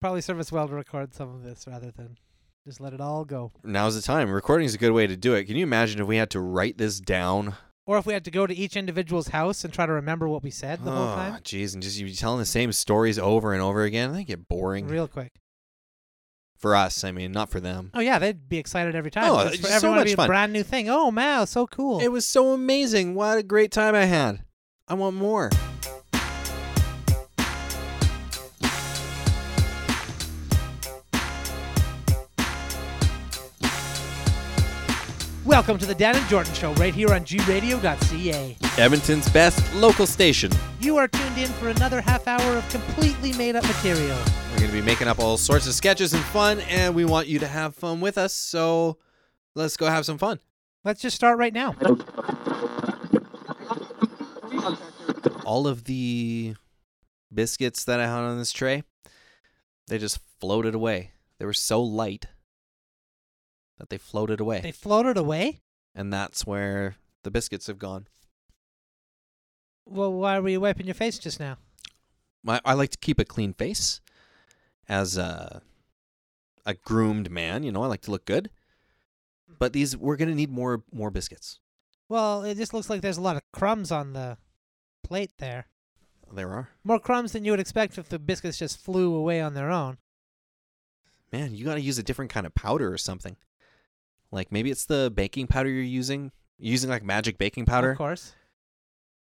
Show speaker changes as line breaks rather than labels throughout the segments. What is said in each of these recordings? probably serve us well to record some of this rather than just let it all go.
Now's the time. Recording is a good way to do it. Can you imagine if we had to write this down
Or if we had to go to each individual's house and try to remember what we said the
Ah,
whole time.
Oh, Jeez, and just you telling the same stories over and over again. They get boring
Real quick.
for us. I mean, not for them.
Oh yeah, they'd be excited every time.
Oh,
because
it's
for
so
everyone
much
it'd be
fun.
a brand new thing. Oh wow, so cool.
It was so amazing. What a great time I had. I want more.
Welcome to the Dan and Jordan Show right here on gradio.ca.
Edmonton's best local station.
You are tuned in for another half hour of completely made up material.
We're going to be making up all sorts of sketches and fun, and we want you to have fun with us. So let's go have some fun.
Let's just start right now.
All of the biscuits that I had on this tray, they just floated away. They were so light that they floated away.
They floated away?
and that's where the biscuits have gone.
Well, why were you wiping your face just now?
My, I like to keep a clean face as a, a groomed man. You know, I like to look good. But these, we're gonna need more more biscuits.
Well, it just looks like there's a lot of crumbs on the plate there.
There are.
More crumbs than you would expect if the biscuits just flew away on their own.
Man, you gotta use a different kind of powder or something. Like maybe it's the baking powder you're using. You're using like magic baking powder.
Of course.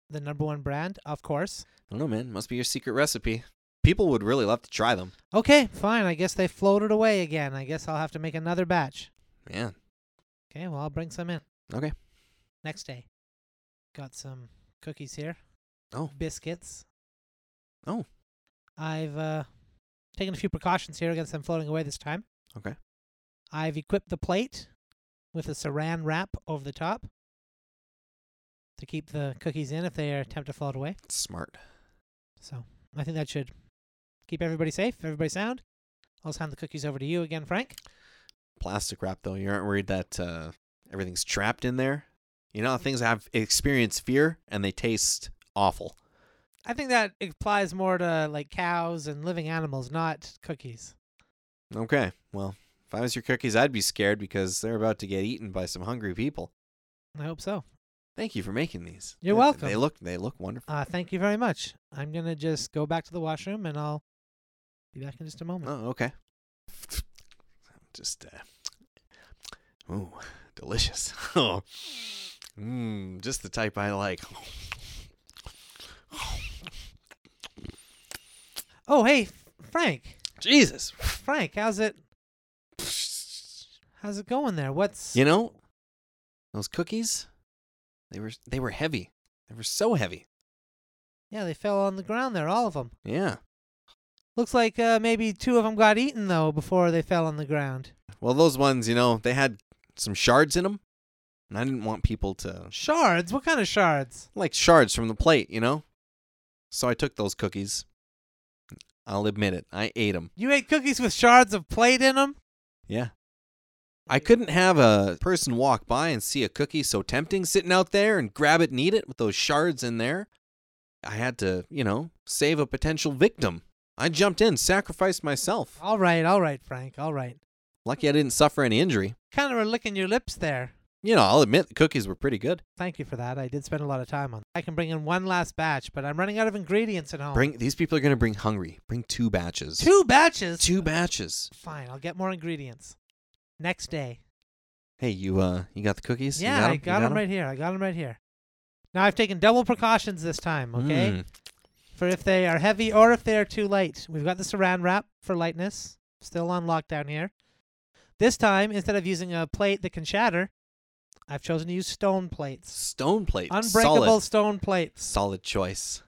The number one brand, of course.
I don't know, man. Must be your secret recipe. People would really love to try them.
Okay, fine. I guess they floated away again. I guess I'll have to make another batch.
Man.
Okay, well, I'll bring some in.
Okay.
Next day. Got some cookies here.
Oh.
Biscuits.
Oh.
I've uh, taken a few precautions here against them floating away this time.
Okay.
I've equipped the plate with a saran wrap over the top to keep the cookies in if they are attempt to float away.
Smart.
So I think that should keep everybody safe, everybody sound. I'll just hand the cookies over to you again, Frank.
Plastic wrap though. You aren't worried that uh, everything's trapped in there. You know how things have experience fear and they taste awful.
I think that applies more to like cows and living animals, not cookies.
Okay. Well, if I was your cookies, I'd be scared because they're about to get eaten by some hungry people.
I hope so.
Thank you for making these.
You're
They-
welcome.
They look they look wonderful.
Uh, thank you very much. I'm going to just go back to the washroom and I'll be back in just a moment.
Oh, okay. Just, uh, ooh, delicious. Oh, mm, just the type I like.
Oh, hey, F- Frank.
Jesus.
Frank, how's it? How's it going there? What's
You know, those cookies, they were they were heavy. They were so heavy.
yeah? They fell on the ground there, all of them.
Yeah.
Looks like uh, maybe two of them got eaten though before they fell on the ground.
Well, those ones, you know, they had some shards in them, and I didn't want people to
Shards? What kind of shards?
like shards from the plate, you know. So I took those cookies. I'll admit it. I ate them.
You ate cookies with shards of plate in them?
Yeah. I couldn't have a person walk by and see a cookie so tempting sitting out there and grab it and eat it with those shards in there. I had to, you know, save a potential victim. I jumped in, sacrificed myself.
All right, all right, Frank. All right.
Lucky I didn't suffer any injury.
Kind of were licking your lips there.
You know, I'll admit the cookies were pretty good.
Thank you for that. I did spend a lot of time on. I can bring in one last batch, but I'm running out of ingredients at home.
Bring these people are going to bring hungry. Bring two batches.
Oh. two batches.
two batches.
Fine, I'll get more ingredients. Next day.
Hey, you uh you got the cookies? You
yeah, I
'em? You
got them
'em?
right here. I got them right here. Now I've taken double precautions this time, okay?
Mm.
For if they are heavy or if they are too light. We've got the saran wrap for lightness, still on lockdown here. This time, instead of using a plate that can shatter, I've chosen to use stone plates.
Stone plate.
Unbreakable
Solid,
stone plates.
solid choice.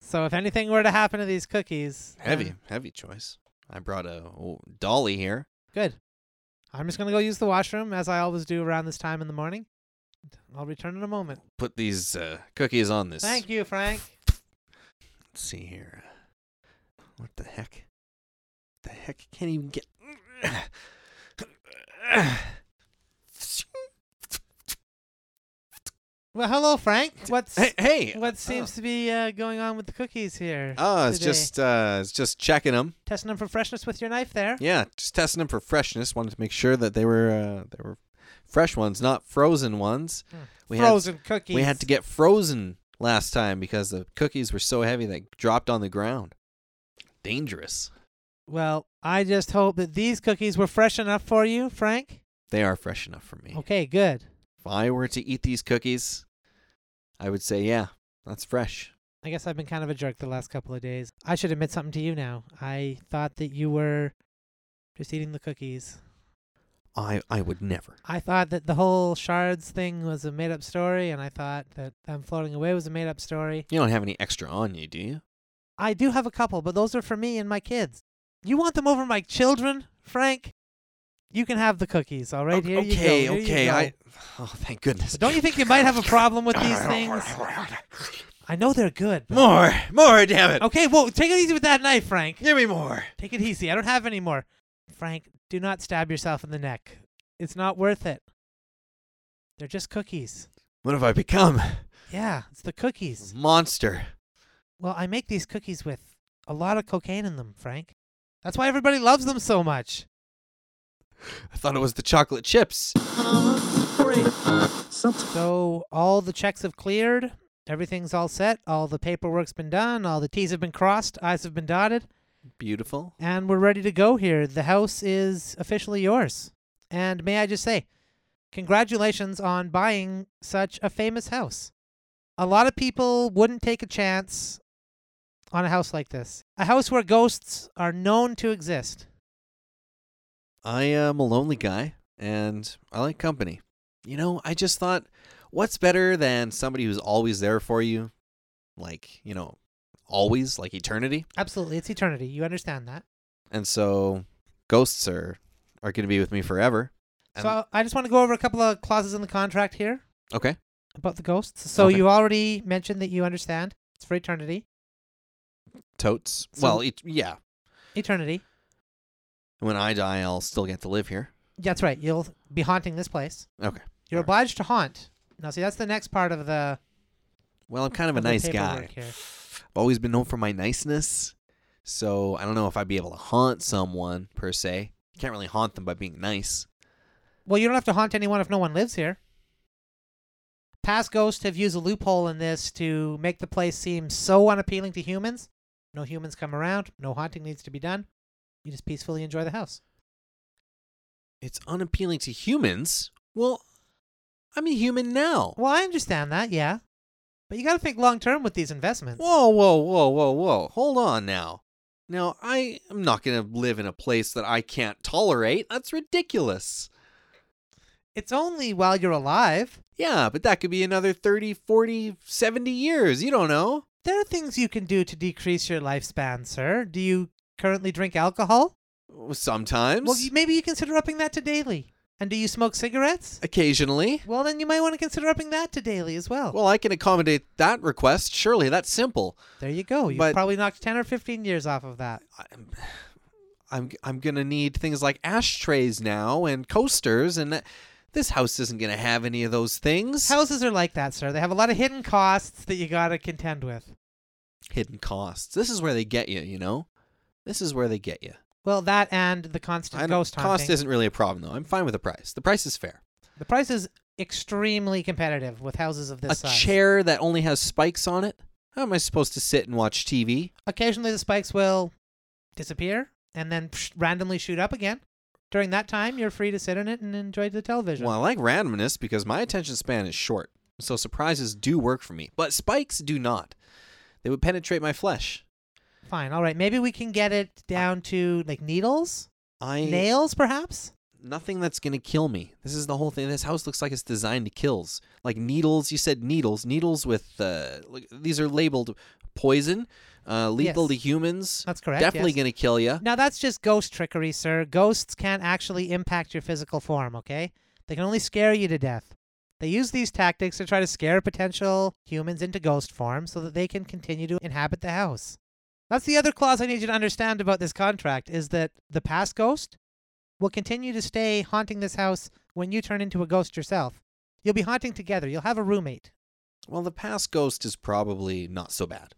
So if anything were to happen to these cookies,
Heavy,
then
heavy choice. I brought a oh, dolly here.
Good. I'm just going to go use the washroom as I always do around this time in the morning. I'll return in a moment.
Put these uh, cookies on this.
Thank you, Frank.
Let's see here. What the heck? The heck? Can't even get.
Well, hello, Frank. What's
Hey, uh, oh. hey.
what seems to be uh, going on with the cookies here?
Oh, it's
today?
just uh, it's just checking them.
testing them for freshness with your knife there.
Yeah, just testing them for freshness. Wanted to make sure that they were uh, they were fresh ones, not frozen ones. We
Hmm. Frozen
Had,
cookies.
we had to get frozen last time because the cookies were so heavy they dropped on the ground. Dangerous.
Well, I just hope that these cookies were fresh enough for you, Frank.
They are fresh enough for me.
Okay, good.
If I were to eat these cookies, I would say, yeah, that's fresh.
I guess I've been kind of a jerk the last couple of days. I should admit something to you now. I thought that you were just eating the cookies.
I I would never.
I thought that the whole shards thing was a made up story, and I thought that them floating away was a made up story.
You don't have any extra on you, do you?
I do have a couple, but those are for me and my kids. You want them over my children, Frank? You can have the cookies, all right?
O-
Here you go.
okay,
here you
okay.
go.
I oh, thank goodness.
But don't you think you might have a problem with these things? I know they're good. But...
More, more, damn it!
Okay, well, take it easy with that knife, Frank.
Give me more.
Take it easy. I don't have any more. Frank, do not stab yourself in the neck. It's not worth it. They're just cookies.
What have I become?
Yeah, it's the cookies.
Monster.
Well, I make these cookies with a lot of cocaine in them, Frank. That's why everybody loves them so much.
I thought it was the chocolate chips.
So all the checks have cleared. Everything's all set. All the paperwork's been done. All the T's have been crossed. I's have been dotted.
Beautiful.
And we're ready to go here. The house is officially yours. And may I just say, congratulations on buying such a famous house. A lot of people wouldn't take a chance on a house like this. A house where ghosts are known to exist.
I am a lonely guy, and I like company. You know, I just thought, what's better than somebody who's always there for you, like you know, always, like eternity.
Absolutely. It's eternity. You understand that.
And so, ghosts are are going to be with me forever. And-
so I just want to go over a couple of clauses in the contract here.
okay.
about the ghosts. So
Okay.
you already mentioned that you understand. It's for eternity.
Totes.
So-
well, it, yeah.
Eternity.
When I die, I'll still get to live here.
That's right. You'll be haunting this place.
Okay.
You're
Alright.
obliged to haunt. Now, see, that's the next part of the.
Well, I'm kind of a
Of the
nice guy.
paperwork here.
I've always been known for my niceness. So I don't know if I'd be able to haunt someone per se. You can't really haunt them by being nice.
Well, you don't have to haunt anyone if no one lives here. Past ghosts have used a loophole in this to make the place seem so unappealing to humans. No humans come around. No haunting needs to be done. You just peacefully enjoy the house.
It's unappealing to humans. Well, I'm a human now.
Well, I understand that, yeah. But you got to think long term with these investments.
Whoa, whoa, whoa, whoa, whoa. Hold on now. Now, I am not going to live in a place that I can't tolerate. That's ridiculous.
It's only while you're alive.
Yeah, but that could be another 30, 40, 70 years. You don't know.
There are things you can do to decrease your lifespan, sir. Do you currently drink alcohol?
Sometimes.
Well, you- maybe you consider upping that to daily. And do you smoke cigarettes?
Occasionally.
Well, then you might want to consider upping that to daily as well.
Well, I can accommodate that request. Surely that's simple.
there you go. You've
but-
probably knocked 10 or 15 years off of that.
I'm, I'm, I'm gonna need things like ashtrays now and coasters, and that, this house isn't gonna have any of those things.
Houses are like that, sir. They have a lot of hidden costs that you got to contend with.
Hidden costs. This is where they get you. You know, this is where they get you.
Well, that and the
I
constant
don't-
ghost
cost
hunting.
isn't really a problem though. I'm fine with the price. The price is fair.
the price is extremely competitive with houses of this
a
size.
chair that only has spikes on it. How am I supposed to sit and watch TV?
Occasionally, the spikes will disappear and then psh, randomly shoot up again. During that time, you're free to sit in it and enjoy the television.
Well, I like randomness because my attention span is short, so surprises do work for me. But spikes do not. They would penetrate my flesh.
Fine. All right. Maybe we can get it down to like needles,
I
nails, perhaps.
nothing that's gonna kill me. This is the whole thing. This house looks like it's designed to kills. Like needles. You said needles. Needles with uh, like, these are labeled poison, uh, lethal to
Yes.
humans.
That's correct.
Definitely
yes.
gonna kill you.
Now that's just ghost trickery, sir. Ghosts can't actually impact your physical form. Okay, they can only scare you to death. They use these tactics to try to scare potential humans into ghost form so that they can continue to inhabit the house. That's the other clause I need you to understand about this contract is that the past ghost will continue to stay haunting this house when you turn into a ghost yourself. You'll be haunting together. You'll have a roommate.
Well, the past ghost is probably not so bad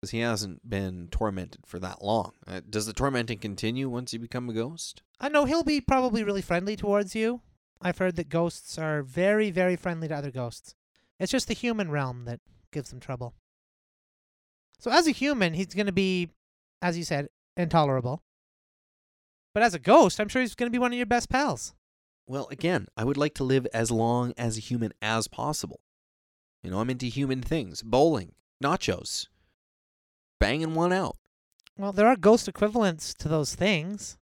because he hasn't been tormented for that long. Uh, does the tormenting continue once you become a ghost?
I know he'll be probably really friendly towards you. I've heard that ghosts are very, very friendly to other ghosts. It's just the human realm that gives them trouble. So, as a human, he's going to be, as you said, intolerable. But as a ghost, I'm sure he's going to be one of your best pals.
Well, again, I would like to live as long as a human as possible. You know, I'm into human things bowling, nachos, banging one out.
Well, there are ghost equivalents to those things.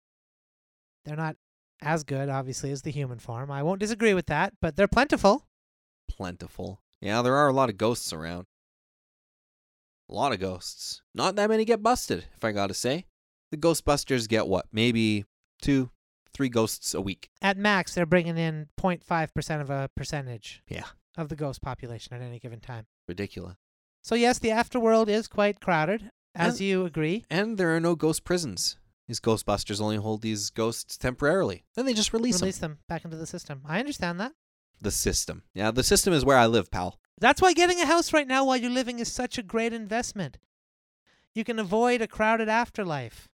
They're not as good, obviously, as the human form. I won't disagree with that, but they're plentiful.
Plentiful. Yeah, there are a lot of ghosts around. A lot of ghosts. Not that many get busted, if I gotta say. The Ghostbusters get what? Maybe two, three ghosts a week.
At max, they're bringing in 0.5% of a percentage
Yeah,
of the ghost population at any given time.
ridiculous.
So, yes, the afterworld is quite crowded, as you agree.
And there are no ghost prisons. These Ghostbusters only hold these ghosts temporarily. Then they just release,
Release
them.
them back into the system. I understand that.
The system. Yeah, the system is where I live, pal.
That's why getting a house right now while you're living is such a great investment. You can avoid a crowded afterlife.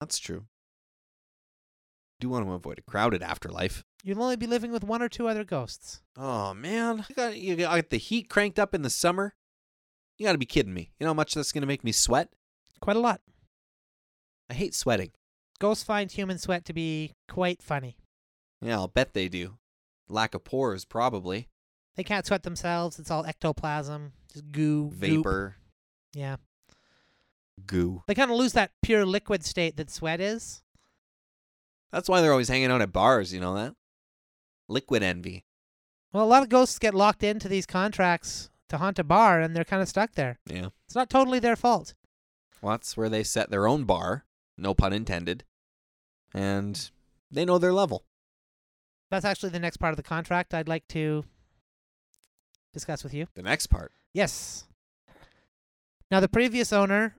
That's true. Do want to avoid a crowded afterlife.
You'll only be living with one or two other ghosts.
Oh man, you got you got the heat cranked up in the summer. You got to be kidding me. You know how much that's going to make me sweat?
Quite a lot.
I hate sweating.
Ghosts find human sweat to be quite funny.
Yeah, I'll bet they do. Lack of pores, probably.
They can't sweat themselves. It's all ectoplasm, just goo, goop.
Vapor,
Yeah,
goo.
they kind of lose that pure liquid state that sweat is.
That's why they're always hanging out at bars. You know that? Liquid envy.
Well, a lot of ghosts get locked into these contracts to haunt a bar, and they're kind of stuck there.
Yeah.
It's not totally their fault.
Well, that's where they set their own bar. No pun intended. And they know their level.
That's actually the next part of the contract I'd like to discuss with you.
The next part.
Yes. Now, the previous owner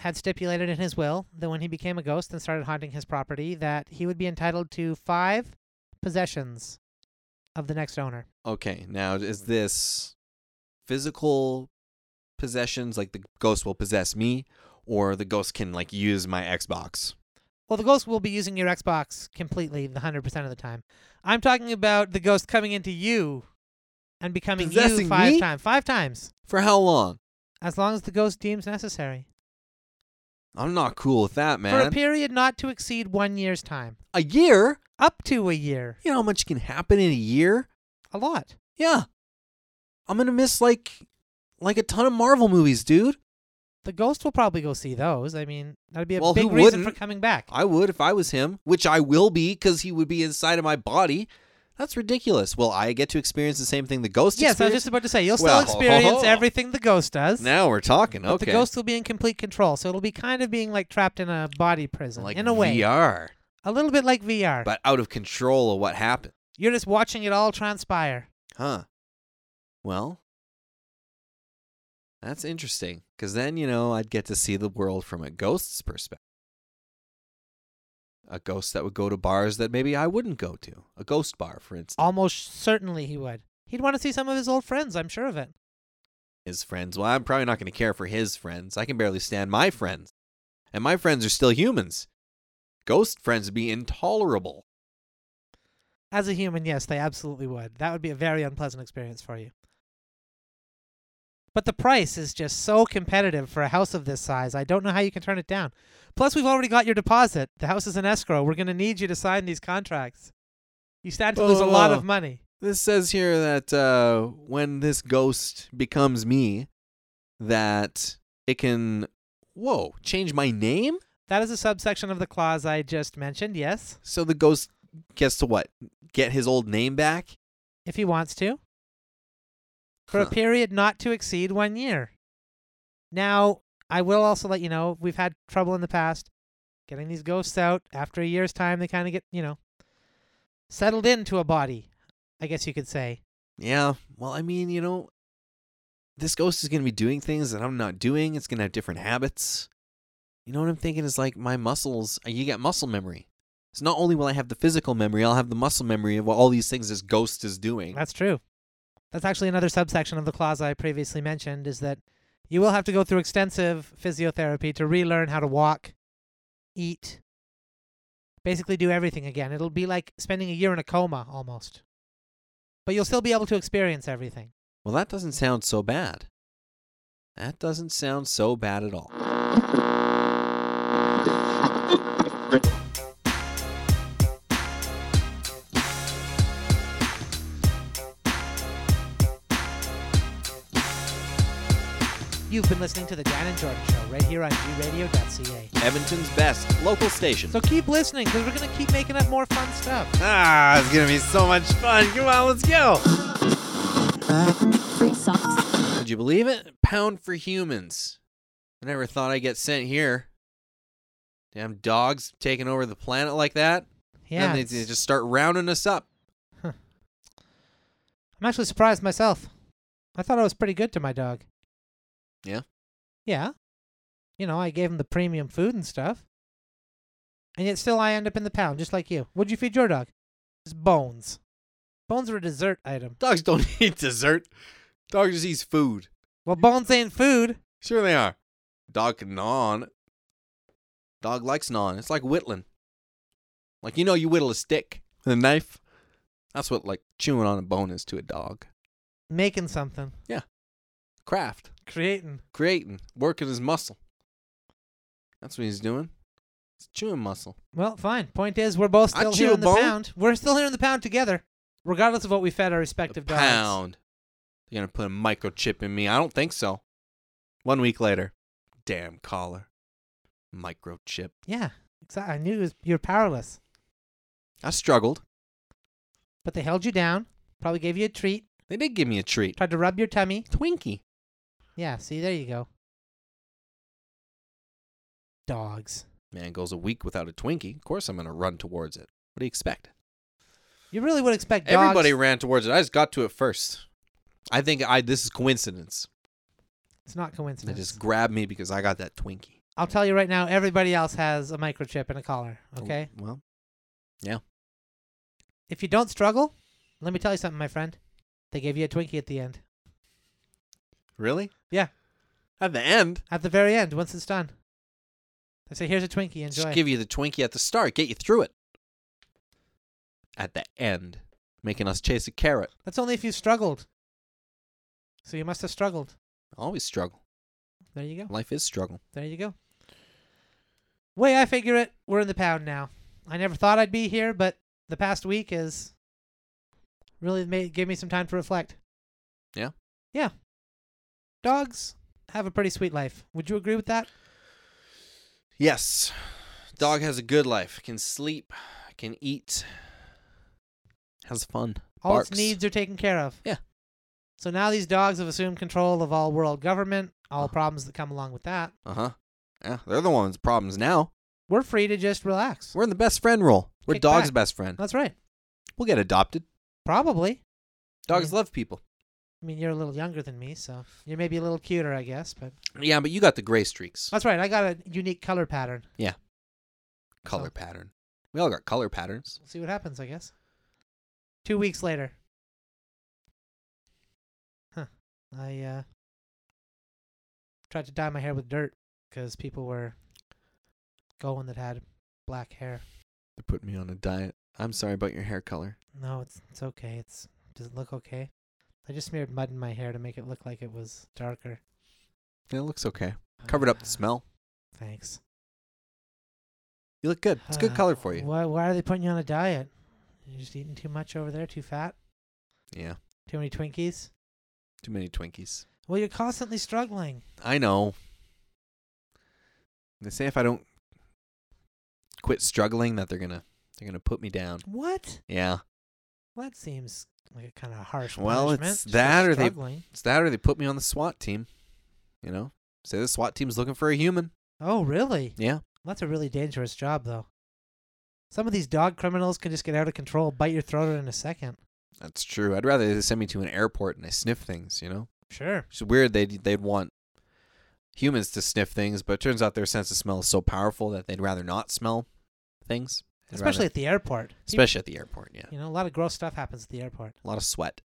had stipulated in his will that when he became a ghost and started haunting his property, that he would be entitled to five possessions of the next owner.
Okay, now is this physical possessions like the ghost will possess me or the ghost can like use my Xbox?
Well, the ghost will be using your Xbox completely the 100% of the time. I'm talking about the ghost coming into you and becoming you
Possessing
five
me?
times. Five times.
For how long?
As long as the ghost deems necessary.
I'm not cool with that,
For a
man.
period not to exceed one year's time.
a year?
Up to a year.
You know how much can happen in a year?
A lot.
Yeah. I'm going to miss like like a ton of Marvel movies, dude.
The ghost will probably go see those. I mean, that'd be a
Well, who
big reason for
wouldn't?
coming back.
I would if I was him, which I will be cuz he would be inside of my body. That's ridiculous. Will I get to experience the same thing the ghost
Yes, I was
experienced?
just about to say you'll
Well,
still experience everything the ghost does.
Now we're talking.
but
okay.
the ghost will be in complete control, so it'll be kind of being like trapped in a body prison
like
in a way,
VR.
a little bit like VR.
but out of control of what happened.
You're just watching it all transpire.
Huh. Well, that's interesting because then, you know, I'd get to see the world from a ghost's perspective. A ghost that would go to bars that maybe I wouldn't go to. A ghost bar, for instance.
Almost certainly he would. He'd want to see some of his old friends. I'm sure of it.
His friends. Well, I'm probably not going to care for his friends. I can barely stand my friends. And my friends are still humans. Ghost friends would be intolerable.
As a human, yes, they absolutely would. That would be a very unpleasant experience for you. But the price is just so competitive for a house of this size. I don't know how you can turn it down. Plus, we've already got your deposit. The house is in escrow. We're going to need you to sign these contracts. You stand to lose a lot of
Oh.
money.
This says here that uh, when this ghost becomes me, that it can, whoa, change my name?
That is a subsection of the clause I just mentioned, yes,
So the ghost gets to what? Get his old name back?
if he wants to, for a
Huh.
period not to exceed one year. Now, I will also let you know we've had trouble in the past getting these ghosts out after a year's time they kind of get you know settled into a body i guess you could say
Yeah. Well, I mean, you know, this ghost is going to be doing things that I'm not doing. It's going to have different habits. You know what I'm thinking is like my muscles, uh, you get muscle memory. So not only will I have the physical memory, I'll have the muscle memory of what all these things this ghost is doing.
that's true That's actually another subsection of the clause I previously mentioned is that you will have to go through extensive physiotherapy to relearn how to walk, eat, basically do everything again. It'll be like spending a year in a coma almost. But you'll still be able to experience everything.
Well, that doesn't sound so bad. That doesn't sound so bad at all.
You've been listening to The Dan and Jordan Show right here on gradio.ca.
Edmonton's best local station.
So keep listening because we're going to keep making up more fun stuff.
Ah, it's gonna be so much fun. Come on, let's go.
Free socks.
Would you believe it? Pound for humans. I never thought I'd get sent here. Damn dogs taking over the planet like that.
Yeah.
Then they, they
it's-
just start rounding us up.
I'm actually surprised myself. I thought I was pretty good to my dog.
Yeah?
Yeah. You know, I gave him the premium food and stuff. And yet still I end up in the pound, just like you. What'd you feed your dog? Just bones. Bones are a dessert item.
Dogs don't eat dessert. Dogs just eat food.
Well, bones ain't food.
Sure they are. Dog can gnaw on it. Dog likes gnawing. It's like whittling. Like you know, you whittle a stick with a knife. That's what like chewing on a bone is to a dog.
Making something.
Craft,
Creating.
creating, working his muscle. That's what he's doing. It's chewing muscle.
Well, fine. Point is, we're both
I
still
chew
here
a
in the
bone.
pound. We're still here in the pound together, regardless of what we fed our
A
respective dogs.
pound. They're gonna put a microchip in me. I don't think so. One week later, damn collar, microchip.
Yeah, exactly. I knew it was, you were powerless.
I struggled.
but they held you down, probably gave you a treat,
They did give me a treat.
tried to rub your tummy.
Twinkie.
Yeah, see, there you go. Dogs.
Man goes a week without a Twinkie. Of course, I'm going to run towards it. What do you expect?
You really would expect dogs.
Everybody ran towards it. I just got to it first. I think I this is coincidence.
it's not
They
coincidence.
just grabbed me because I got that Twinkie.
I'll tell you right now, everybody else has a microchip and a collar, okay?
Oh, Well,
If you don't struggle, let me tell you something, my friend. They gave you a Twinkie at the end.
really?
Yeah.
At the end,
At the very end, once it's done. They say, here's a Twinkie, enjoy.
just give you the Twinkie at the start, get you through it. At the end, making us chase a carrot.
That's only if you struggled. So you must have struggled.
Always struggle.
There you go.
Life is struggle.
There you go. Way I figure it, we're in the pound now. I never thought I'd be here, but the past week has really made gave me some time to reflect.
Yeah?
Yeah. Dogs have a pretty sweet life. Would you agree with that?
Yes. Dog has a good life. Can sleep. Can eat. Has fun.
All
Barks.
its needs are taken care of.
Yeah.
So now these dogs have assumed control of all world government, all
Uh-huh.
problems that come along with that.
Uh huh. Yeah, they're the ones with problems now.
We're free to just relax.
We're in the best friend role. We're
Kick
dog's
back.
best friend.
That's right.
We'll get adopted.
Probably.
Dogs
Yeah.
love people.
I mean, you're a little younger than me, so you're maybe a little cuter, I guess, but
Yeah, but you got the gray streaks,
That's right. I got a unique color pattern.
color
so-
pattern. We all got color patterns.
We'll see what happens, I guess. Two weeks later. Huh. I uh tried to dye my hair with dirt because people were going that had black hair.
They're putting me on a diet. I'm sorry about your hair color.
No, it's it's okay. It's does it look okay? I just smeared mud in my hair to make it look like it was darker. Ah,
It looks okay. Covered up the smell.
Thanks. Uh,
You look good. It's a good color for you.
Why why are they putting you on a diet? You just eating too much over there, too fat,
Yeah.
too many Twinkies.
Too many Twinkies.
Well, you're constantly struggling.
I know. They say if I don't quit struggling, that they're gonna they're gonna put me down.
What?
Yeah.
Well, that seems like a kind of harsh
Well,
punishment. just
it's
for
that or they-
struggling.
It's that or they put me on the SWAT team. You know? Say the SWAT team's looking for a human.
Oh, really?
Yeah.
That's a really dangerous job, though. Some of these dog criminals can just get out of control, bite your throat in a second.
That's true. I'd rather they send me to an airport and I sniff things, you know?
Sure.
It's weird they'd, they'd want humans to sniff things, but it turns out their sense of smell is so powerful that they'd rather not smell things. They'd rather-
Especially at the airport. Peop-
especially at the airport, yeah.
you know, a lot of gross stuff happens at the airport.
A lot of sweat.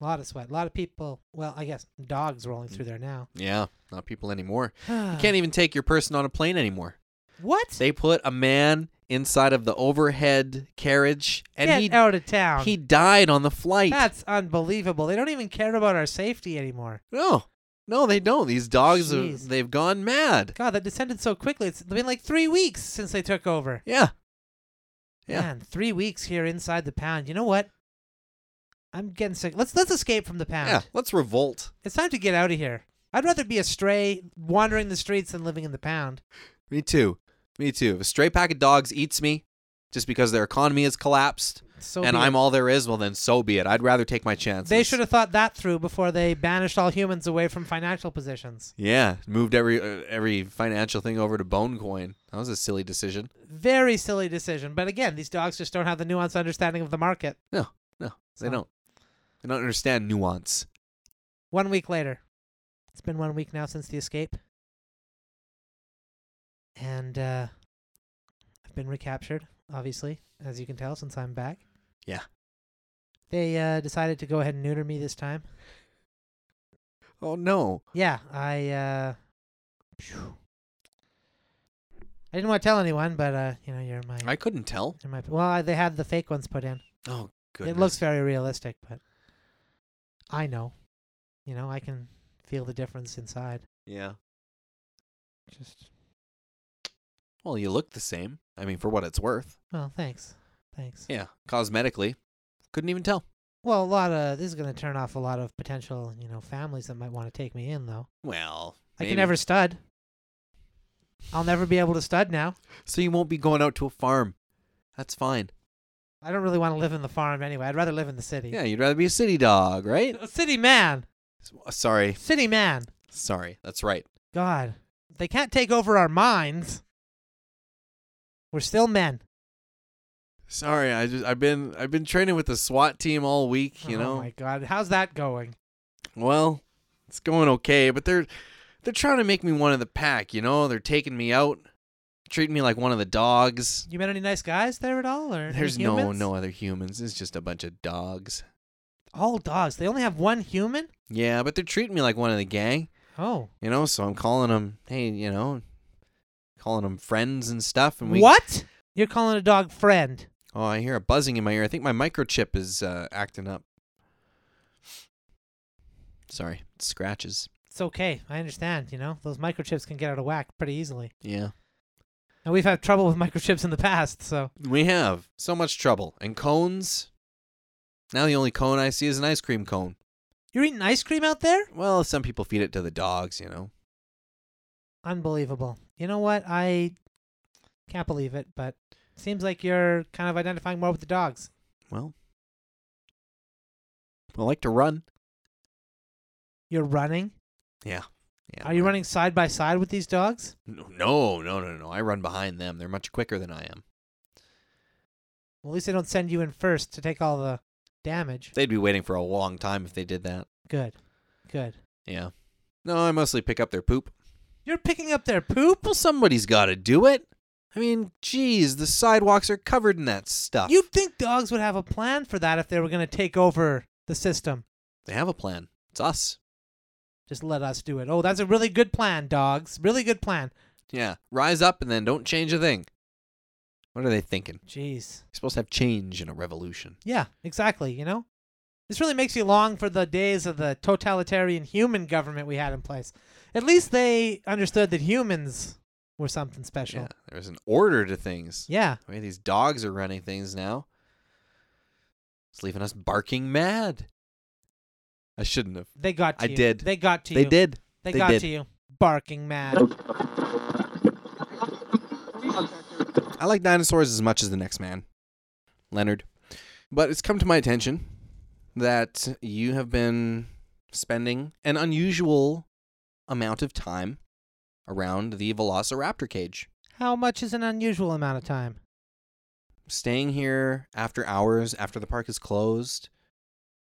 A lot of sweat. A lot of people. Well, I guess dogs rolling through there now.
Yeah, not people anymore. You can't even take your person on a plane anymore.
What?
They put a man inside of the overhead carriage and
Get
he
out of town.
he died on the flight.
That's unbelievable. They don't even care about our safety anymore.
no. No, they don't. These dogs have,
Jeez.
they've gone mad.
God, that descended so quickly. It's been like three weeks since they took over.
Yeah. Yeah.
Man, three weeks here inside the pound. You know what? I'm getting sick. Let's let's escape from the pound.
Yeah, let's revolt.
It's time to get out of here. I'd rather be a stray wandering the streets than living in the pound.
Me too. Me too. If a stray pack of dogs eats me just because their economy has collapsed
So
and
be
I'm
it.
all there is, well then so be it. I'd rather take my chances.
They should have thought that through before they banished all humans away from financial positions.
Yeah, moved every uh, every financial thing over to bone coin. That was a silly decision.
Very silly decision. But again, these dogs just don't have the nuanced understanding of the market.
No. No. They
So-
don't. They don't understand nuance.
One week later. It's been one week now since the escape. And uh, I've been recaptured, obviously, as you can tell, since I'm back.
Yeah.
They uh, decided to go ahead and neuter me this time.
Oh no.
Yeah, I uh phew. I didn't want to tell anyone, but uh, you know, you're my
I couldn't tell.
you're my well, I, they had the fake ones put in.
Oh goodness.
It looks very realistic, but I know. You know, I can feel the difference inside.
Yeah.
Just
Well, you look the same. I mean, for what it's worth.
well, thanks. Thanks.
Yeah. Cosmetically, couldn't even tell.
Well, a lot of this is going to turn off a lot of potential, you know, families that might want to take me in though.
Well,
I can
maybe.
never stud. I'll never be able to stud now.
So you won't be going out to a farm. That's fine.
I don't really want to live in the farm anyway. I'd rather live in the city.
Yeah, you'd rather be a city dog, right?
A City man.
S- uh, Sorry,
City man.
sorry. That's right.
God. They can't take over our minds. We're still men.
Sorry, I just I've been I've been training with the SWAT team all week. You
oh
know.
my God. How's that going?
Well, it's going okay, but they're they're trying to make me one of the pack. You know, they're taking me out, treating me like one of the dogs.
You met any nice guys there at all? Or any
There's no
humans?
no other humans. It's just a bunch of dogs.
All dogs. They only have one human?
Yeah, but they're treating me like one of the gang,
Oh.
you know. So I'm calling them, hey, you know, calling them friends and stuff. And we
What? You're calling a dog friend.
Oh, I hear a buzzing in my ear. I think my microchip is uh, acting up. Sorry, it scratches.
It's okay. I understand, you know? Those microchips can get out of whack pretty easily.
Yeah,
And we've had trouble with microchips in the past, so.
we have so much trouble. And cones. Now the only cone I see is an ice cream cone.
You're eating ice cream out there?
Well, some people feed it to the dogs, you know.
Unbelievable. You know what? I can't believe it, but seems like you're kind of identifying more with the dogs.
Well, I like to run.
You're running.
Yeah. yeah
Are you
run.
running side by side with these dogs?
No, no, no, no, no. I run behind them. They're much quicker than I am.
Well, at least they don't send you in first to take all the damage.
They'd be waiting for a long time if they did that.
Good. Good.
Yeah. No, I mostly pick up their poop.
You're picking up their poop?
Well, somebody's got to do it. I mean, geez, the sidewalks are covered in that stuff.
You'd think dogs would have a plan for that if they were going to take over the system.
They have a plan. It's us.
Just let us do it. Oh, that's a really good plan, dogs. Really good plan.
Yeah. Rise up and then don't change a thing. What are they thinking?
Jeez.
You're supposed to have change in a revolution.
Yeah, exactly, you know? This really makes you long for the days of the totalitarian human government we had in place. At least they understood that humans were something special.
Yeah. There's an order to things.
Yeah.
The way these dogs are running things now. It's leaving us barking mad. I shouldn't have.
They got to
I
you.
did.
They got to
They
you.
did.
They,
They
got
did.
to you. Barking mad.
I like dinosaurs as much as the next man, Leonard. But it's come to my attention that you have been spending an unusual amount of time around the velociraptor cage,
How much is an unusual amount of time?
staying here after hours after the park is closed,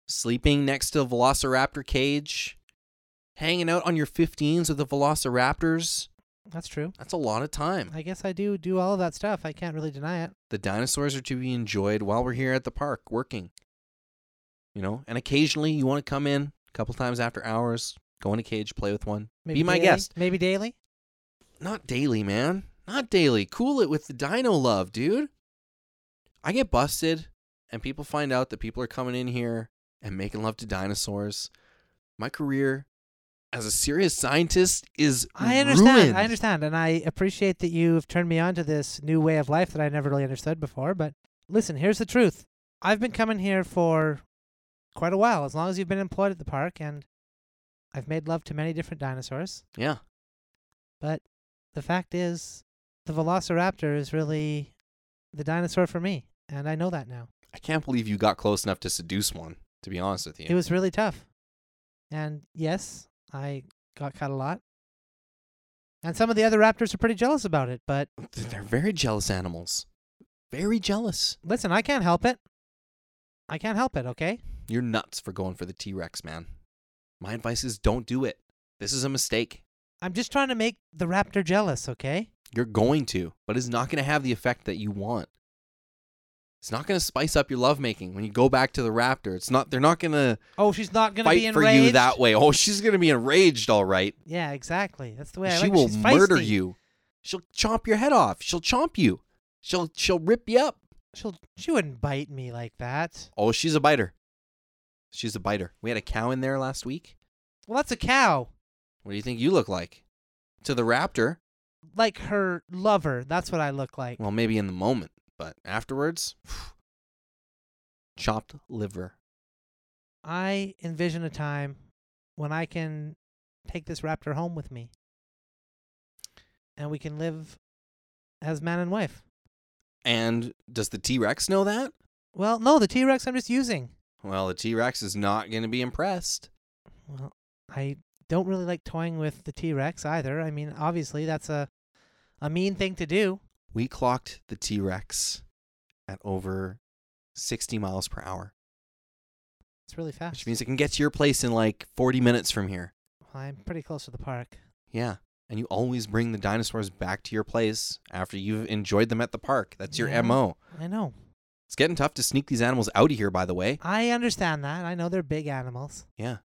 sleeping next to a velociraptor cage, hanging out on your 15s with the velociraptors.
That's true.
That's a lot of time.
I guess I do do all of that stuff. I can't really deny it.
The dinosaurs are to be enjoyed while we're here at the park working. you know. And occasionally you want to come in a couple times after hours, go in a cage, play with one.
Maybe
Be my
daily?
guest.
Maybe daily.
Not daily, man. Not daily. Cool it with the dino love, dude. I get busted and people find out that people are coming in here and making love to dinosaurs. My career as a serious scientist is
I understand.
ruined.
I understand, and I appreciate that you have turned me on to this new way of life that I never really understood before. But listen, here's the truth: I've been coming here for quite a while, as long as you've been employed at the park, and I've made love to many different dinosaurs.
Yeah.
But the fact is, the Velociraptor is really the dinosaur for me, and I know that now.
I can't believe you got close enough to seduce one, to be honest with you.
It was really tough. And yes, I got cut a lot. And some of the other raptors are pretty jealous about it, but
They're very jealous animals. Very jealous.
listen, I can't help it. I can't help it, okay?
You're nuts for going for the T Rex, man. My advice is don't do it. This is a mistake.
I'm just trying to make the raptor jealous, okay?
You're going to, but it's not going to have the effect that you want. It's not going to spice up your lovemaking when you go back to the raptor. It's not. They're not going to
Oh, she's not going to be
fight
enraged.
for you that way. Oh, she's going to be enraged, all right.
Yeah, exactly. That's the way I
she
like
will
she's
murder
feisty.
you. She'll chomp your head off. She'll chomp you. She'll she'll rip you up.
She'll she wouldn't bite me like that.
Oh, she's a biter. She's a biter. We had a cow in there last week.
Well, that's a cow.
What do you think you look like? To the raptor?
Like her lover. That's what I look like.
Well, maybe in the moment, but afterwards, chopped liver.
I envision a time when I can take this raptor home with me. And we can live as man and wife.
And does the T Rex know that?
Well, no, the T Rex I'm just using.
Well, the T Rex is not going to be impressed.
Well, I don't really like toying with the T Rex either. I mean, obviously, that's a, a mean thing to do.
We clocked the T Rex at over 60 miles per hour,
It's really fast.
which means it can get to your place in like 40 minutes from here.
Well, I'm pretty close to the park.
Yeah. And you always bring the dinosaurs back to your place after you've enjoyed them at the park. That's your
Yeah.
MO.
I know.
It's getting tough to sneak these animals out of here, by the way.
I understand that. I know they're big animals.
Yeah.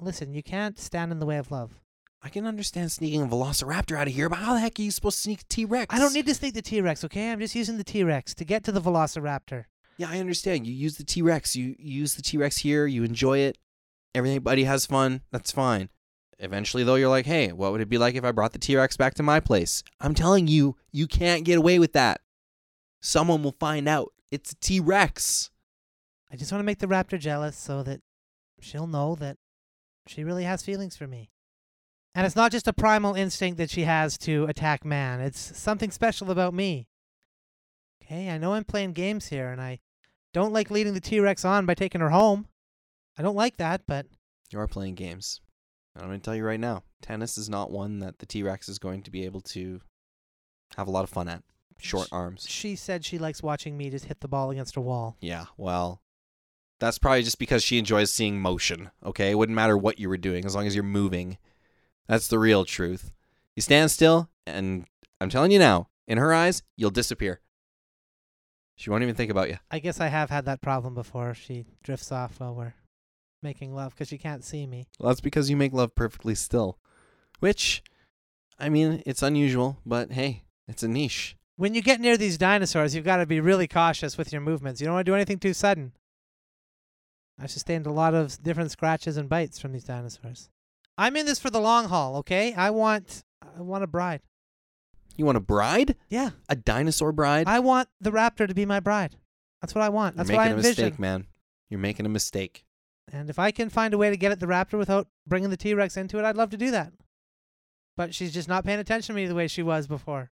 Listen, you can't stand in the way of love.
I can understand sneaking a velociraptor out of here, but how the heck are you supposed to sneak a T Rex?
I don't need to sneak the T Rex, okay? I'm just using the T Rex to get to the Velociraptor.
Yeah, I understand. You use the T Rex. You, you use the T Rex here. You enjoy it. Everybody has fun. That's fine. Eventually, though, you're like, hey, what would it be like if I brought the T Rex back to my place? I'm telling you, you can't get away with that. Someone will find out. It's a T Rex.
I just want to make the raptor jealous so that she'll know that she really has feelings for me. And it's not just a primal instinct that she has to attack man, it's something special about me. Okay, I know I'm playing games here, and I don't like leading the T Rex on by taking her home. I don't like that, but
You are playing games. And I'm going to tell you right now tennis is not one that the T Rex is going to be able to have a lot of fun at. Short arms.
she said she likes watching me just hit the ball against a wall.
Yeah, well, that's probably just because she enjoys seeing motion, okay? It wouldn't matter what you were doing as long as you're moving. That's the real truth. You stand still, and I'm telling you now, in her eyes, you'll disappear. She won't even think about you.
I guess I have had that problem before. She drifts off while we're making love because she can't see me.
Well, that's because you make love perfectly still. Which, I mean, it's unusual, but hey, it's a niche.
when you get near these dinosaurs, you've got to be really cautious with your movements. You don't want to do anything too sudden. I've sustained a lot of different scratches and bites from these dinosaurs. I'm in this for the long haul, okay? I want I want a bride.
You want a bride?
Yeah.
A dinosaur bride?
I want the raptor to be my bride. That's what I want.
You're
That's
making
what I
a
envision.
mistake, man. You're making a mistake.
And if I can find a way to get at the raptor without bringing the T-Rex into it, I'd love to do that. But she's just not paying attention to me the way she was before.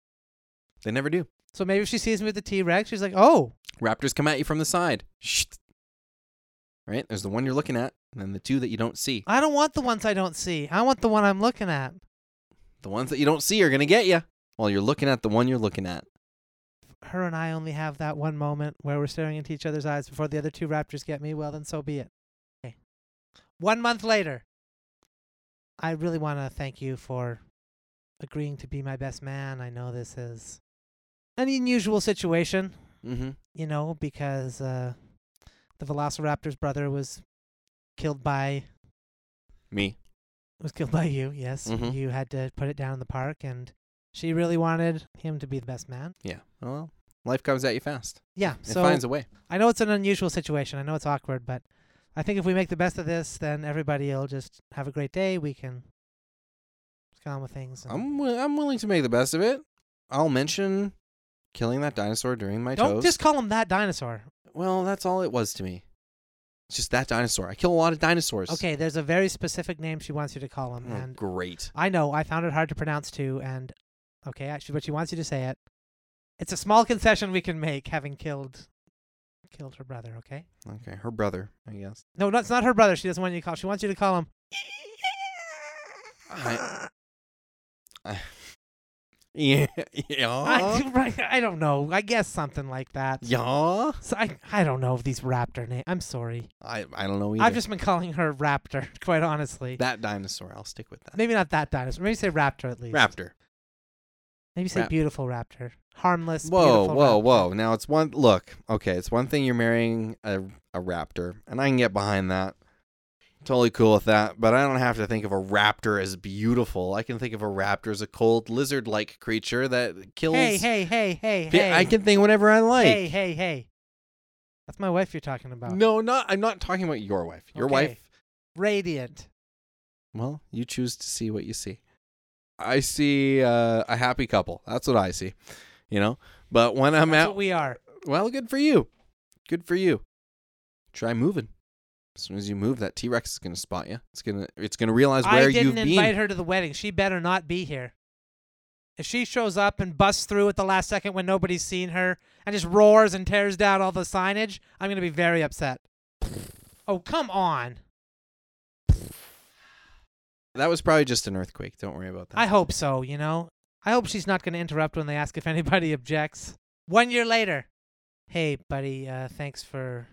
They never do.
So maybe if she sees me with the T-Rex, she's like, "Oh,
Raptors come at you from the side. Shh. Right? There's the one you're looking at, and then the two that you don't see.
I don't want the ones I don't see. I want the one I'm looking at."
The ones that you don't see are going to get you while you're looking at the one you're looking at.
her and I only have that one moment where we're staring into each other's eyes before the other two raptors get me, well, then so be it. Okay. One month later, I really want to thank you for agreeing to be my best man. I know this is an unusual situation,
Mm hmm.
you know, because uh, the Velociraptor's brother was killed by
Me.
was killed by you. Yes,
Mhm.
you had to put it down in the park, and she really wanted him to be the best man.
Yeah. Well, life comes at you fast.
Yeah.
It
So
finds a way.
I know it's an unusual situation. I know it's awkward, but I think if we make the best of this, then everybody will just have a great day. We can get on with things. and-
I'm wi- I'm willing to make the best of it. I'll mention killing that dinosaur during my
Don't
toes.
just call him that dinosaur.
Well, that's all it was to me. It's just that dinosaur. I kill a lot of dinosaurs.
Okay, there's a very specific name she wants you to call him,
Oh,
and
great.
I know I found it hard to pronounce too. And okay, I- she- but she wants you to say it. It's a small concession we can make, having killed killed her brother. Okay.
Okay, her brother, I guess.
No, no, it's not her brother. She doesn't want you to call. She wants you to call him.
I- Yeah. Yeah.
I, right, I don't know. I guess something like that.
yeah.
So I, I don't know if these raptor names. I'm sorry.
I, I don't know either.
I've just been calling her raptor, quite honestly.
that dinosaur. I'll stick with that.
Maybe not that dinosaur. Maybe say raptor at least.
Raptor.
Maybe say
Rap-
beautiful raptor. Harmless.
Whoa,
beautiful
whoa,
raptor.
whoa. Now it's one look, okay, it's one thing you're marrying a a raptor, and I can get behind that. Totally cool with that, but I don't have to think of a raptor as beautiful. I can think of a raptor as a cold lizard like creature that kills
Hey, hey, hey, hey,
Fi-
hey.
I can think whatever I like.
Hey, hey, hey. That's my wife you're talking about.
No, not I'm not talking about your wife. Your
Okay.
wife
Radiant.
well, you choose to see what you see. I see uh, a happy couple. That's what I see. You know? But when I'm
That's
out
what we are.
Well, good for you. Good for you. Try moving. As soon as you move, that T Rex is gonna spot you. It's gonna it's gonna realize where
I
you've
didn't
been.
invite her to the wedding. She better not be here. If she shows up and busts through at the last second when nobody's seen her and just roars and tears down all the signage, I'm going to be very upset. Oh, come on.
That was probably just an earthquake. Don't worry about that.
I hope so, you know? I hope she's not going to interrupt when they ask if anybody objects. One year later. Hey, buddy, uh, thanks for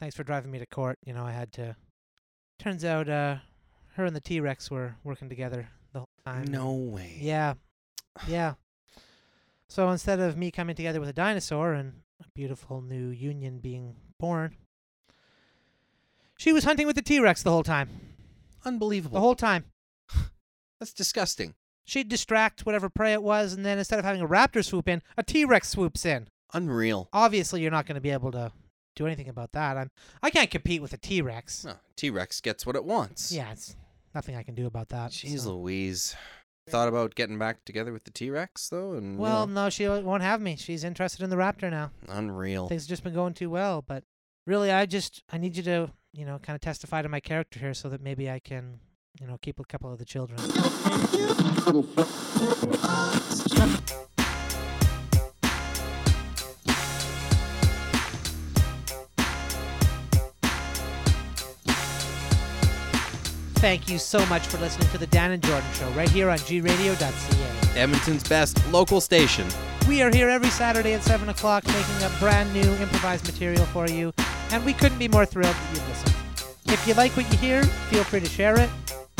thanks for driving me to court. You know, I had to. Turns out uh, her and the T Rex were working together the whole time.
no way.
Yeah. Yeah. So instead of me coming together with a dinosaur and a beautiful new union being born, she was hunting with the T Rex the whole time.
Unbelievable.
The whole time.
That's disgusting.
She'd distract whatever prey it was, and then instead of having a raptor swoop in, a T Rex swoops in.
Unreal.
Obviously, you're not going to be able to do anything about that. I'm, I can't compete with a T Rex.
No, T Rex gets what it wants.
Yeah, it's nothing I can do about that.
Jeez
so-
Louise. Thought about getting back together with the T Rex though, and you
Well,
know,
no, she won't have me. She's interested in the raptor now.
unreal.
things have just been going too well. But really, I just I need you to you know kind of testify to my character here so that maybe I can you know keep a couple of the children. Thank you so much for listening to the Dan and Jordan Show right here on gradio.ca.
Edmonton's best local station.
We are here every Saturday at 7 o'clock making up brand new improvised material for you, and we couldn't be more thrilled that you listen. If you like what you hear, feel free to share it,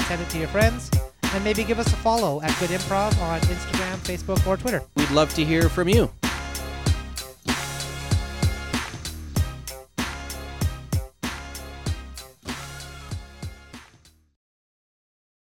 send it to your friends, and maybe give us a follow at Good Improv on Instagram, Facebook, or Twitter.
We'd love to hear from you.